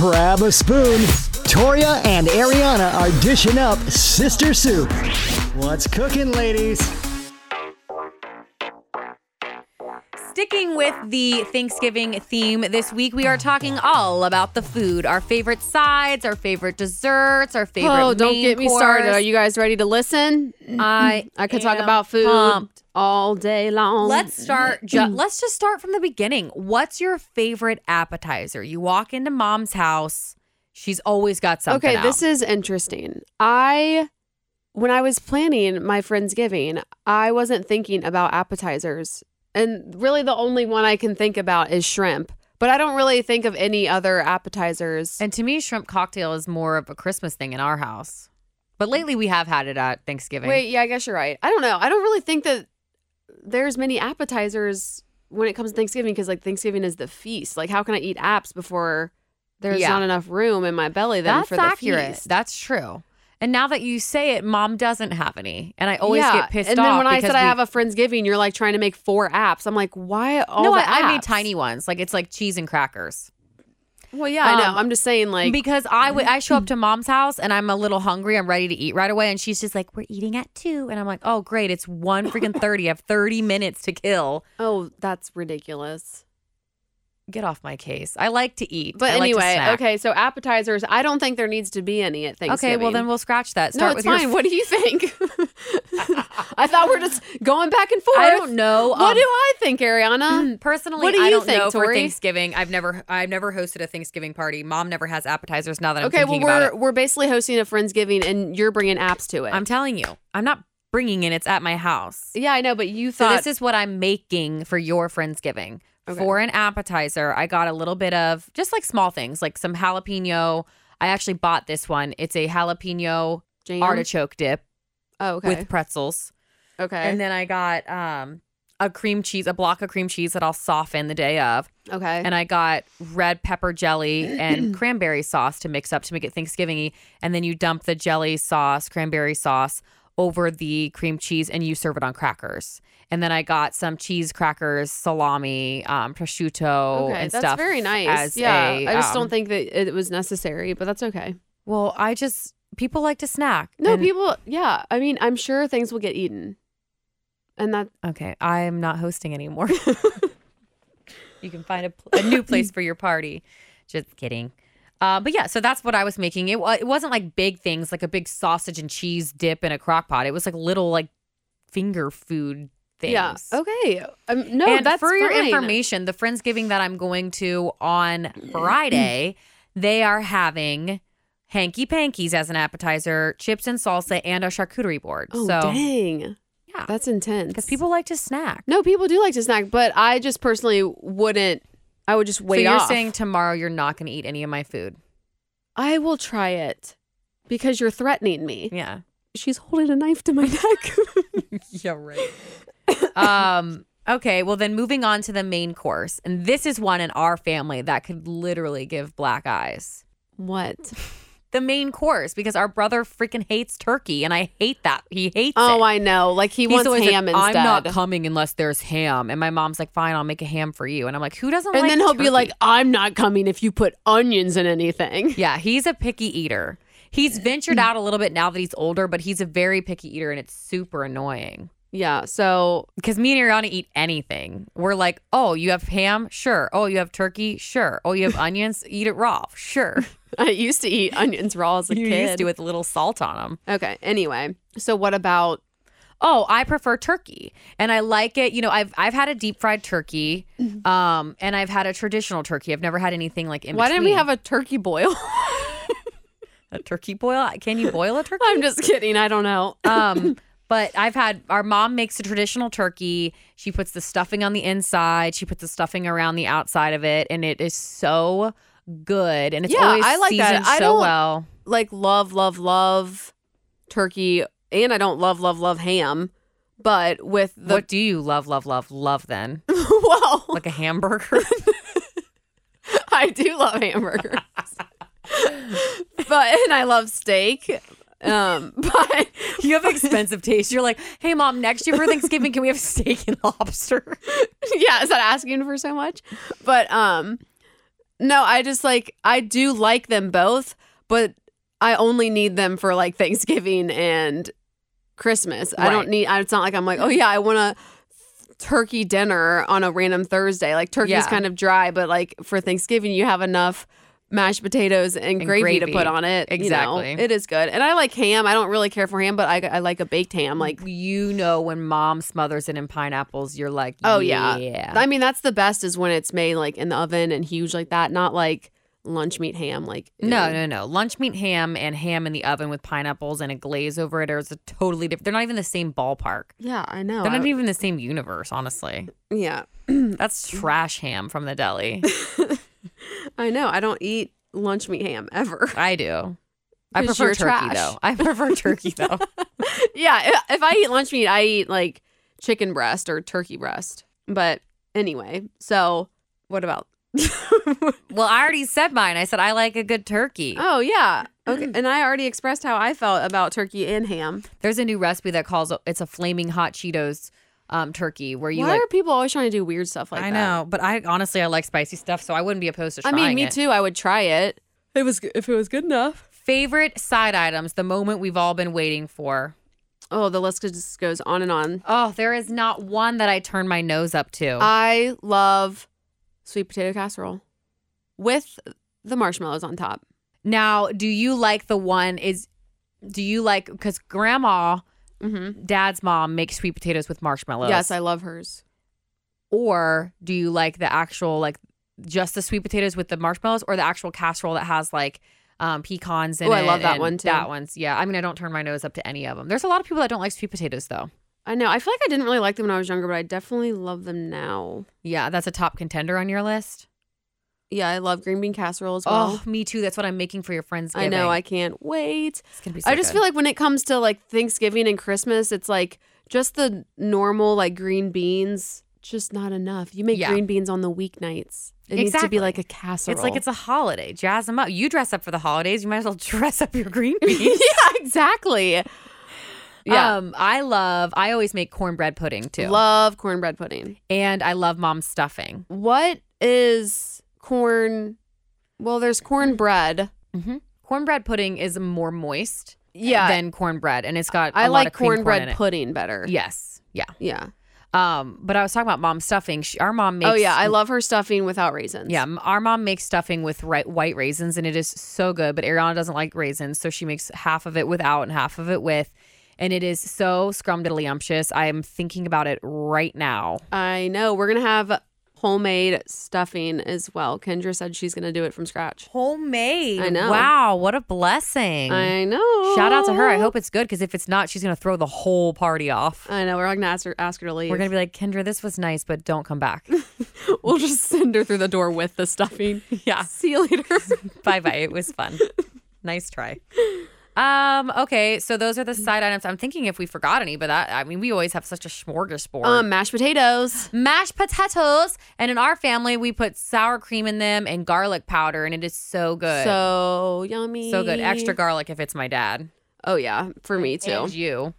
grab a spoon. Toria and Ariana are dishing up sister soup. What's cooking, ladies? Sticking with the Thanksgiving theme this week, we are talking all about the food, our favorite sides, our favorite desserts, our favorite. Oh, don't main get me course. started. Are you guys ready to listen? I I could talk am about food Um, pumped. all day long. Let's start. Ju- let's just start from the beginning. What's your favorite appetizer? You walk into mom's house, she's always got something. Okay, this is interesting. I when I was planning my friendsgiving, I wasn't thinking about appetizers. And really the only one I can think about is shrimp. But I don't really think of any other appetizers. and to me, shrimp cocktail is more of a Christmas thing in our house. But lately, we have had it at Thanksgiving. Wait, yeah, I guess you're right. I don't know. I don't really think that there's many appetizers when it comes to Thanksgiving because like Thanksgiving is the feast. Like how can I eat apps before there's Yeah. not enough room in my belly then that's for the accurate. feast? That's true. And now that you say it, mom doesn't have any, and I always Yeah, get pissed and off. then when I because said I we- have a friendsgiving, you're like trying to make four apps. I'm like, why all no, the I, I made apps? tiny ones. Like it's like cheese and crackers. Well, yeah, I Um, know. I'm just saying, like, because I would I show up to mom's house and I'm a little hungry. I'm ready to eat right away, and she's just like, "We're eating at two. and I'm like, "Oh, great! It's one freaking thirty. I have thirty minutes to kill. oh, that's ridiculous. Get off my case. I like to eat, But I like to anyway, snack. okay. So appetizers, I don't think there needs to be any at okay. Thanksgiving. Well, then we'll scratch that. Start no, it's with your fine. What do you think? I thought we're just going back and forth. I don't know. What um, do I think, Ariana? Personally, Mm. What do I you don't think, know for Tori? Thanksgiving. I've never I've never hosted a Thanksgiving party. Mom never has appetizers now that I'm okay, well, thinking about we're it. we're basically hosting a friendsgiving, and you're bringing apps to it. I'm telling you, I'm not bringing it. It's at my house. yeah, I know, but you So thought this is what I'm making for your Friendsgiving. Okay. For an appetizer, I got a little bit of just like small things, like some jalapeno. I actually bought this one. It's a jalapeno jam. artichoke dip Oh, okay, with pretzels. okay, And then I got um a cream cheese, a block of cream cheese that I'll soften the day of. okay. and I got red pepper jelly and cranberry sauce to mix up to make it Thanksgivingy. And then you dump the jelly sauce, cranberry sauce over the cream cheese, and you serve it on crackers. And then I got some cheese crackers, salami, um, prosciutto, okay, and that's stuff. very nice. as Yeah, a, I just um, don't think that it was necessary, but that's okay. Well, I just people like to snack. No, and- people. Yeah, I mean, I'm sure things will get eaten, and that Okay, I am not hosting anymore. you can find a, pl- a new place for your party. Just kidding. Uh, but yeah, so that's what I was making. It, wa- it wasn't like big things, like a big sausage and cheese dip in a crock pot. It was like little like finger food things. Yeah. Okay. Um, no, and that's for your fine. information, the Friendsgiving that I'm going to on Friday, they are having hanky pankies as an appetizer, chips and salsa, and a charcuterie board. Oh so dang. Yeah. That's intense. because people like to snack. No, people do like to snack, but I just personally wouldn't. I would just wait so you're off. saying tomorrow you're not going to eat any of my food? I will try it because you're threatening me. Yeah. She's holding a knife to my neck. yeah, right. um. Okay. Well, then moving on to the main course, and this is one in our family that could literally give black eyes. what? The main course because our brother freaking hates turkey, and I hate that he hates it. Oh, I know. Like he He's wants always like, ham I'm instead. not coming unless there's ham, and my mom's like, "Fine, I'll make a ham for you." And I'm like, "Who doesn't?" and like then he'll be turkey?" like, "I'm not coming if you put onions in anything." Yeah, he's a picky eater. He's Mm. ventured out a little bit now that he's older, but he's a very picky eater, and it's super annoying. Yeah. So because me and Ariana eat anything. We're like, oh, you have ham? Sure. Oh, you have turkey? Sure. Oh, you have onions? Eat it raw. Sure. I used to eat onions raw as a you kid. used to with a little salt on them. Okay. Anyway, so what about? Oh, I prefer turkey, and I like it. You know, I've I've had a deep fried turkey, Mm-hmm. um, and I've had a traditional turkey. I've never had anything like in Why didn't we between. have a turkey boil? a turkey boil? Can you boil a turkey? I'm just kidding. I don't know. Um, but I've had our mom makes a traditional turkey. She puts the stuffing on the inside. She puts the stuffing around the outside of it, and it is so good. And it's Yeah, always I like that. seasoned I so don't- well. Like love, love, love turkey, and I don't love, love, love ham. But with the what do you love, love, love, love? Then well, like a hamburger. I do love hamburgers, but and I love steak. Um, but you have expensive taste. You're like, hey mom, next year for Thanksgiving, can we have steak and lobster? yeah, is that asking for so much? But um, No, I just like I do like them both, but I only need them for like Thanksgiving and Christmas. I Right. don't need. I, it's not like I'm like, oh yeah, I want a turkey dinner on a random Thursday. Like turkey's Yeah. kind of dry, but like for Thanksgiving, you have enough mashed potatoes and, And gravy, to gravy. put on it. you know? Exactly. it is good, and I like ham. I don't really care for ham, but I, I like a baked ham. Like you know when mom smothers it in pineapples, you're like, Oh, yeah. yeah. I mean, that's the best is when it's made like in the oven and huge like that, not like lunch meat ham. Like No, ew. no, no. Lunch meat ham and ham in the oven with pineapples and a glaze over it are a totally different. They're not even the same ballpark. Yeah, I know. They're I- not even the same universe, honestly. yeah, That's trash ham from the deli. I know. I don't eat lunch meat ham ever. I do. I 'Cause prefer you're turkey trash. though. I prefer turkey though. yeah, i- if I eat lunch meat, I eat like chicken breast or turkey breast. But anyway, so what about? well, I already said mine. I said I like a good turkey. oh yeah, okay. And I already expressed how I felt about turkey and ham. There's a new recipe that calls it's a flaming hot Cheetos um, turkey where you Why like. are people always trying to do weird stuff like I that? know, but I honestly I like spicy stuff, so I wouldn't be opposed to I trying mean, me it. too. I would try it. It was g- if it was good enough. Favorite side items, the moment we've all been waiting for. Oh, the list just goes on and on. Oh, there is not one that I turn my nose up to. I love sweet potato casserole with the marshmallows on top. now, do you like the one is do you like cuz grandma, Mm-hmm. dad's mom makes sweet potatoes with marshmallows? Yes, I love hers. or do you like the actual like just the sweet potatoes with the marshmallows or the actual casserole that has like um, pecans in Ooh, it? I love that and one, too. That one's yeah. I mean, I don't turn my nose up to any of them. There's a lot of people that don't like sweet potatoes though. I know. I feel like I didn't really like them when I was younger, but I definitely love them now. Yeah, that's a top contender on your list. Yeah, I love green bean casserole as well. oh, me too. That's what I'm making for your friends. I know. I can't wait. it's gonna be. I just feel like when it comes to like Thanksgiving and Christmas, it's like just the normal like green beans, just not enough. You make Yeah. green beans on the weeknights. It needs to Exactly. be like a casserole. it's like it's a holiday. Jazz them up. You dress up for the holidays. You might as well dress up your green beans. yeah, exactly. Yeah. Um, I love. I always make cornbread pudding too, Love cornbread pudding. and I love mom's stuffing. What is corn? Well, there's cornbread. Mm-hmm. Cornbread pudding is more moist Yeah. than cornbread, and it's got I a lot like of cream corn cornbread in it. pudding better. Yes, yeah. Yeah. Um, but I was talking about mom's stuffing. She, our mom makes. oh, yeah. I love her stuffing without raisins. Yeah, m- our mom makes stuffing with ri- white raisins, and it is so good. But Ariana doesn't like raisins, so she makes half of it without and half of it with, and it is so scrumdiddlyumptious. I am thinking about it right now. I know. We're going to have homemade stuffing as well. Kendra said she's going to do it from scratch. Homemade. I know. Wow, what a blessing. I know. Shout out to her. I hope it's good because if it's not, she's gonna throw the whole party off. I know. We're going to ask her, ask her to leave. We're gonna be like, Kendra, this was nice, but don't come back. we'll just send her through the door with the stuffing. yeah. See you later. bye bye. It was fun. nice try. Um, okay, so those are the side items. I'm thinking if we forgot any, but that I mean we always have such a smorgasbord. um, mashed potatoes. Mashed potatoes, and in our family we put sour cream in them and garlic powder, and it is so good. So yummy. So good. Extra garlic if it's my dad. Oh yeah, for me too. And you.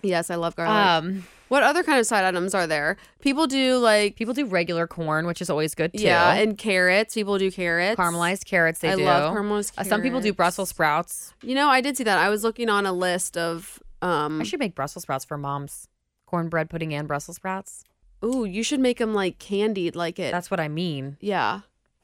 yes, I love garlic. Um what other kind of side items are there? People do like people do regular corn, which is always good too. yeah, and carrots. People do carrots. caramelized carrots they I do. love caramelized Uh, Some people do carrots. Brussels sprouts. You know, I did see that. I was looking on a list of um I should make Brussels sprouts for moms. Cornbread pudding and Brussels sprouts. ooh, you should make them like candied like it. That's what I mean. yeah.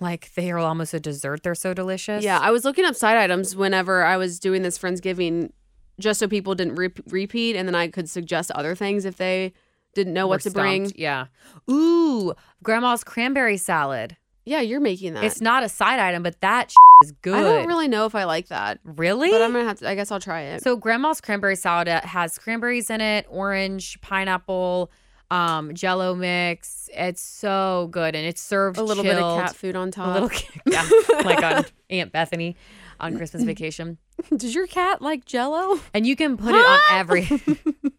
Like they are almost a dessert. They're so delicious. Yeah, I was looking up side items whenever I was doing this Friendsgiving just so people didn't re- repeat and then I could suggest other things if they didn't know We're what to bring. stumped. Yeah. Ooh, grandma's cranberry salad. Yeah, you're making that. It's not a side item, but that is good. I don't really know if I like that. Really? But I'm going to have to I guess I'll try it. so grandma's cranberry salad uh, has cranberries in it, orange, pineapple, um, jello mix. It's so good, and it's served a little bit chilled. of cat food on top. A little kick, yeah, like on Aunt Bethany on Christmas vacation. Does your cat like Jello? And you can put it on every.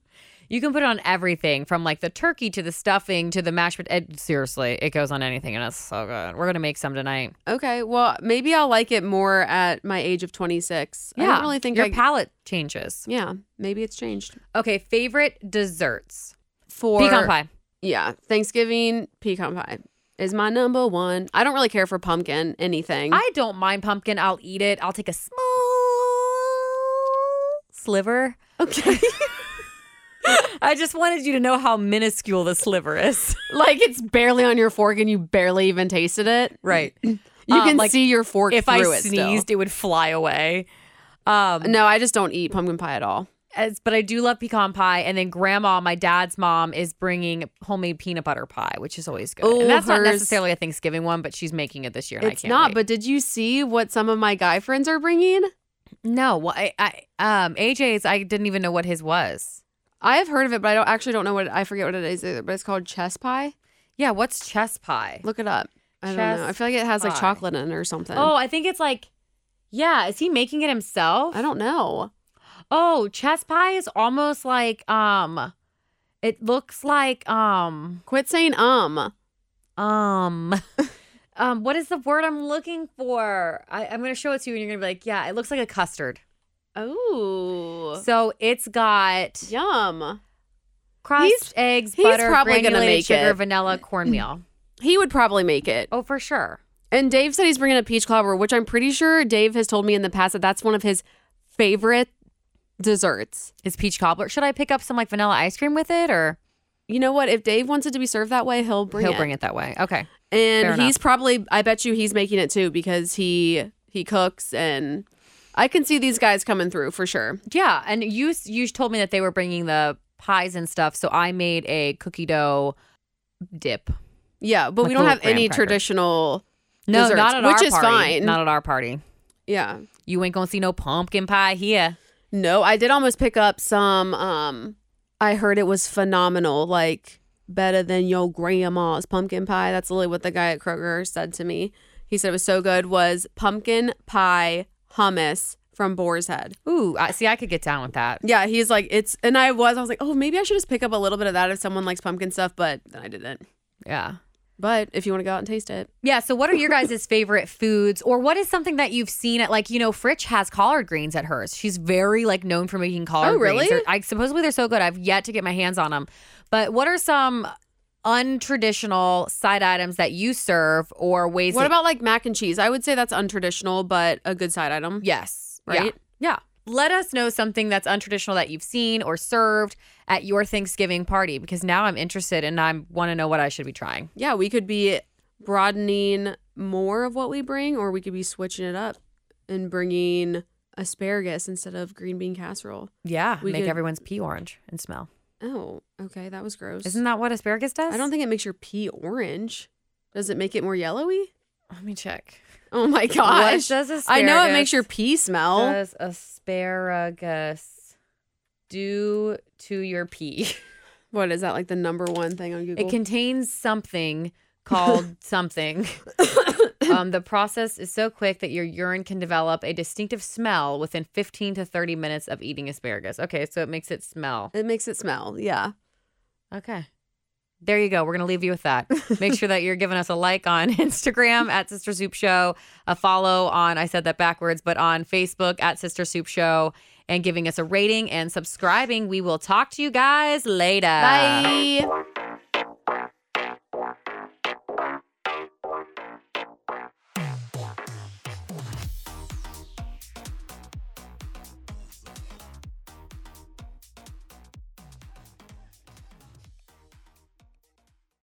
you can put it on everything from like the turkey to the stuffing to the mashed potato. Seriously, it goes on anything and it's so good. We're going to make some tonight. Okay, well maybe I'll like it more at my age of 26. I don't really think your I. palate changes. yeah, maybe it's changed Okay, favorite desserts. for Pecan pie. Yeah, Thanksgiving pecan pie. is my number one. I don't really care for pumpkin anything. I don't mind pumpkin. I'll eat it. I'll take a small sliver. okay. I just wanted you to know how minuscule the sliver is. like it's barely on your fork and you barely even tasted it. Right. You Um, can like, see your fork if I through it still. sneezed, it would fly away. Um, No, I just don't eat pumpkin pie at all. as, but I do love pecan pie. And then grandma, my dad's mom, is bringing homemade peanut butter pie, which is always good. Ooh, and that's not hers- necessarily a Thanksgiving one, but she's making it this year. And it's I can't not. wait. But did you see what some of my guy friends are bringing? no, well, I, I, um, AJ's, I didn't even know what his was. I have heard of it, but I don't actually don't know what it, I forget what it is either. But it's called chess pie. Yeah, what's chess pie? Look it up. I don't Chess know. I feel like it has like pie. chocolate in it or something. Oh, I think it's like, yeah, is he making it himself? I don't know. Oh, chess pie is almost like um it looks like um Quit saying um. um um what is the word I'm looking for? I, I'm gonna show it to you and you're gonna be like, yeah, it looks like a custard. Oh, So it's got yum. crust, He's- eggs, he's butter, probably gonna granulated make sugar, it. vanilla, cornmeal. He would probably make it. oh, for sure. And Dave said he's bringing a peach cobbler, which I'm pretty sure Dave has told me in the past that that's one of his favorite desserts. Is peach cobbler? Should I pick up some like vanilla ice cream with it or You know what? If Dave wants it to be served that way, he'll bring he'll it. bring it that way? Okay. Fair And enough. he's probably I bet you he's making it too because he he cooks and I can see these guys coming through for sure. Yeah, and you you told me that they were bringing the pies and stuff, so I made a cookie dough dip. Yeah, but Like we don't little have any graham crackers. traditional No, desserts, not at which our is party. fine. Not at our party. yeah. You ain't gonna see no pumpkin pie here. No, I did almost pick up some um I heard it was phenomenal, like better than your grandma's pumpkin pie. That's literally what the guy at Kroger said to me. He said it was so good was pumpkin pie hummus from Boar's Head. Ooh, I see. I could get down with that. Yeah, he's like it's and I was I was like, "Oh, maybe I should just pick up a little bit of that if someone likes pumpkin stuff," but then I didn't. Yeah, But if you want to go out and taste it. yeah. So, what are your guys' favorite foods, or what is something that you've seen at like you know, Fritch has collard greens at hers. She's very like known for making collard Oh, really? greens. They're- I supposedly they're so good. I've yet to get my hands on them. But what are some untraditional side items that you serve, or ways? what that about like mac and cheese? I would say that's untraditional, but a good side item. Yes. Right? Yeah. yeah. Let us know something that's untraditional that you've seen or served at your Thanksgiving party because now I'm interested and I want to know what I should be trying. yeah, we could be broadening more of what we bring, or we could be switching it up and bringing asparagus instead of green bean casserole. Yeah. We make could- everyone's pea orange and smell. Oh, okay, that was gross. Isn't that what asparagus does? I don't think it makes your pea orange. Does it make it more yellowy? Let me check. Oh my gosh. does I know it makes asparagus- your pea smell. Does asparagus do to your pea? what is that like the number one thing on Google? It contains something called something. um, the process is so quick that your urine can develop a distinctive smell within 15 to 30 minutes of eating asparagus. Okay, so it makes it smell. it makes it smell. Yeah. Okay. There you go. We're going to leave you with that. Make sure that you're giving us a like on Instagram at Sister Soup Show, a follow on, I said that backwards, but on Facebook at Sister Soup Show, and giving us a rating and subscribing. We will talk to you guys later. Bye.